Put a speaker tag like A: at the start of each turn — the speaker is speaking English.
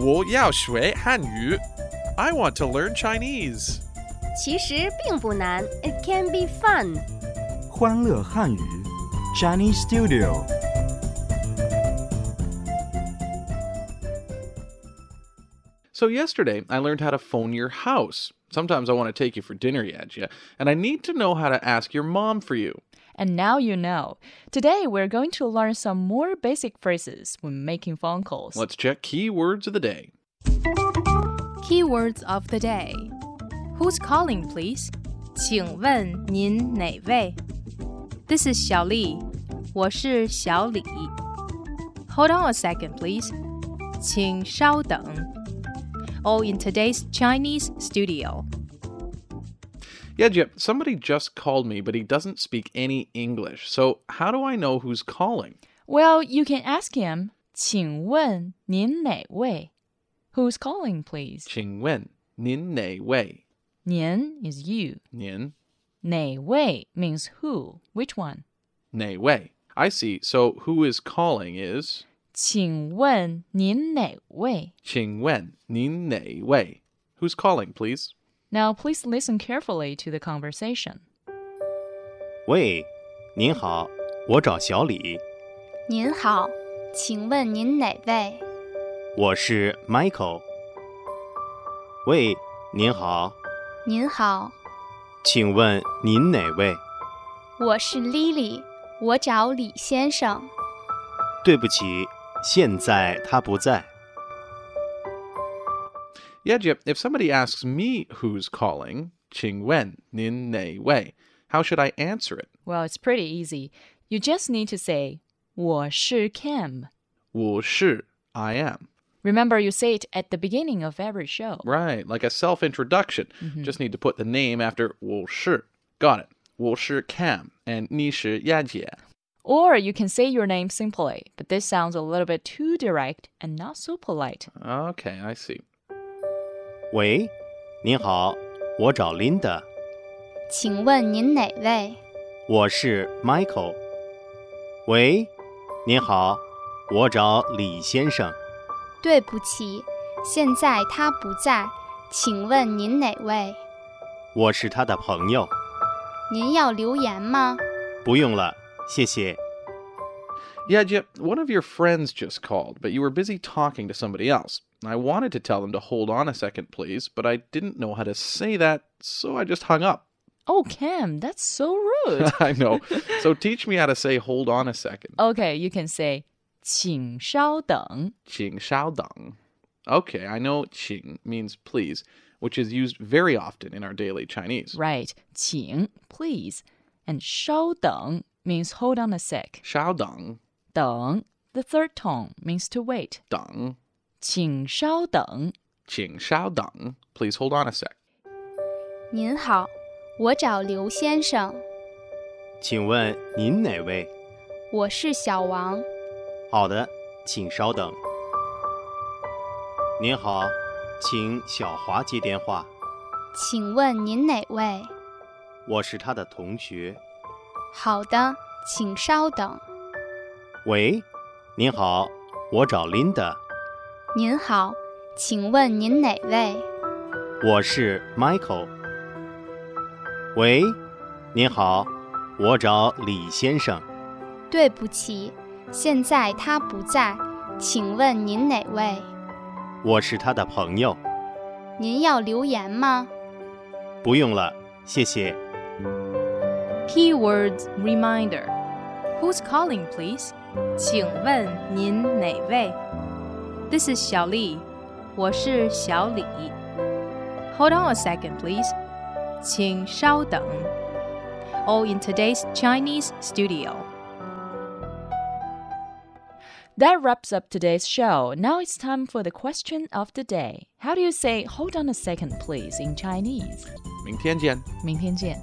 A: 我要学汉语。I want to learn Chinese.
B: 其实并不难，It can be fun。
C: 欢乐汉语 Chinese Studio。
A: So yesterday, I learned how to phone your house. Sometimes I want to take you for dinner, Yadja, and I need to know how to ask your mom for you.
D: And now you know. Today we're going to learn some more basic phrases when making phone calls.
A: Let's check key words of the day.
E: Keywords of the day. Who's calling, please? 请问您哪位？This is 小丽，我是小李。Hold on a second, please. 请稍等。All in today's Chinese studio.
A: Yadja, somebody just called me, but he doesn't speak any English. So how do I know who's calling?
D: Well, you can ask him, 请问您哪位? Who's calling, please?
A: 请问您哪位？
D: 您 is you. 哪位 means who, which one.
A: 您哪位? I see. So who is calling is
D: 请问您哪位?
A: 请问您哪位? Who's calling, please?
D: Now please listen carefully to the conversation.
F: 喂，您好，我找小李，
G: 您好，请问您哪位？
F: 我是 Michael。喂，您好，
G: 您好，
F: 请问您哪位？
G: 我是 Lily，我找李先生。
F: 对不起，现在他不在。
A: Yajip, if somebody asks me who's calling, 请问您哪位? How should I answer it?
D: Well, it's pretty easy. You just need to say 我是 Cam.
A: 我是, I am.
D: Remember, you say it at the beginning of every show.
A: Right, like a self introduction. Just need to put the name after 我是. Got it. 我是 Cam and 你是 Yajie.
D: Or you can say your name simply, but this sounds a little bit too direct and not so polite.
A: Okay, I see.
F: 喂，您好，我找 Linda，
G: 请问您哪位？
F: 我是 Michael。喂，您好，我找李先生，
G: 对不起，现在他不在，请问您哪位？
F: 我是他的朋友。
G: 您要留言吗？
F: 不用了，谢谢。
A: Yajip, one of your friends just called, but you were busy talking to somebody else. I wanted to tell them to hold on a second, please, but I didn't know how to say that, so I just hung up.
D: Oh, Cam, that's so rude.
A: I know. So teach me how to say hold on a second.
D: okay, you can say 请稍等.
A: 请稍等. Okay, I know 请 means please, which is used very often in our daily Chinese.
D: Right, 请 please, and 稍等 means hold on a sec.
A: 稍等,
D: 等 the third tone means to wait.
A: 等,
D: 请稍等.
A: 请稍等. Please hold on a sec.
G: 您好，我找刘先生，
F: 请问您哪位？
G: 我是小王。
F: 好的，请稍等。您好，请小华接电话，
G: 请问您哪位？
F: 我是他的同学。
G: 好的，请稍等。
F: 喂，您好，我找 Linda，
G: 您好，请问您哪位？
F: 我是 Michael。喂，您好，我找李先生，
G: 对不起，现在他不在，请问您哪位？
F: 我是他的朋友。
G: 您要留言吗？
F: 不用了，谢谢。
E: Keywords reminder. Who's calling, please? 请问您哪位？This is 小丽，我是小李。Hold on a second, please. 请稍等。All in today's Chinese studio.
D: That wraps up today's show. Now it's time for the question of the day. How do you say hold on a second, please, in Chinese?
A: 明天见.
D: 明天见.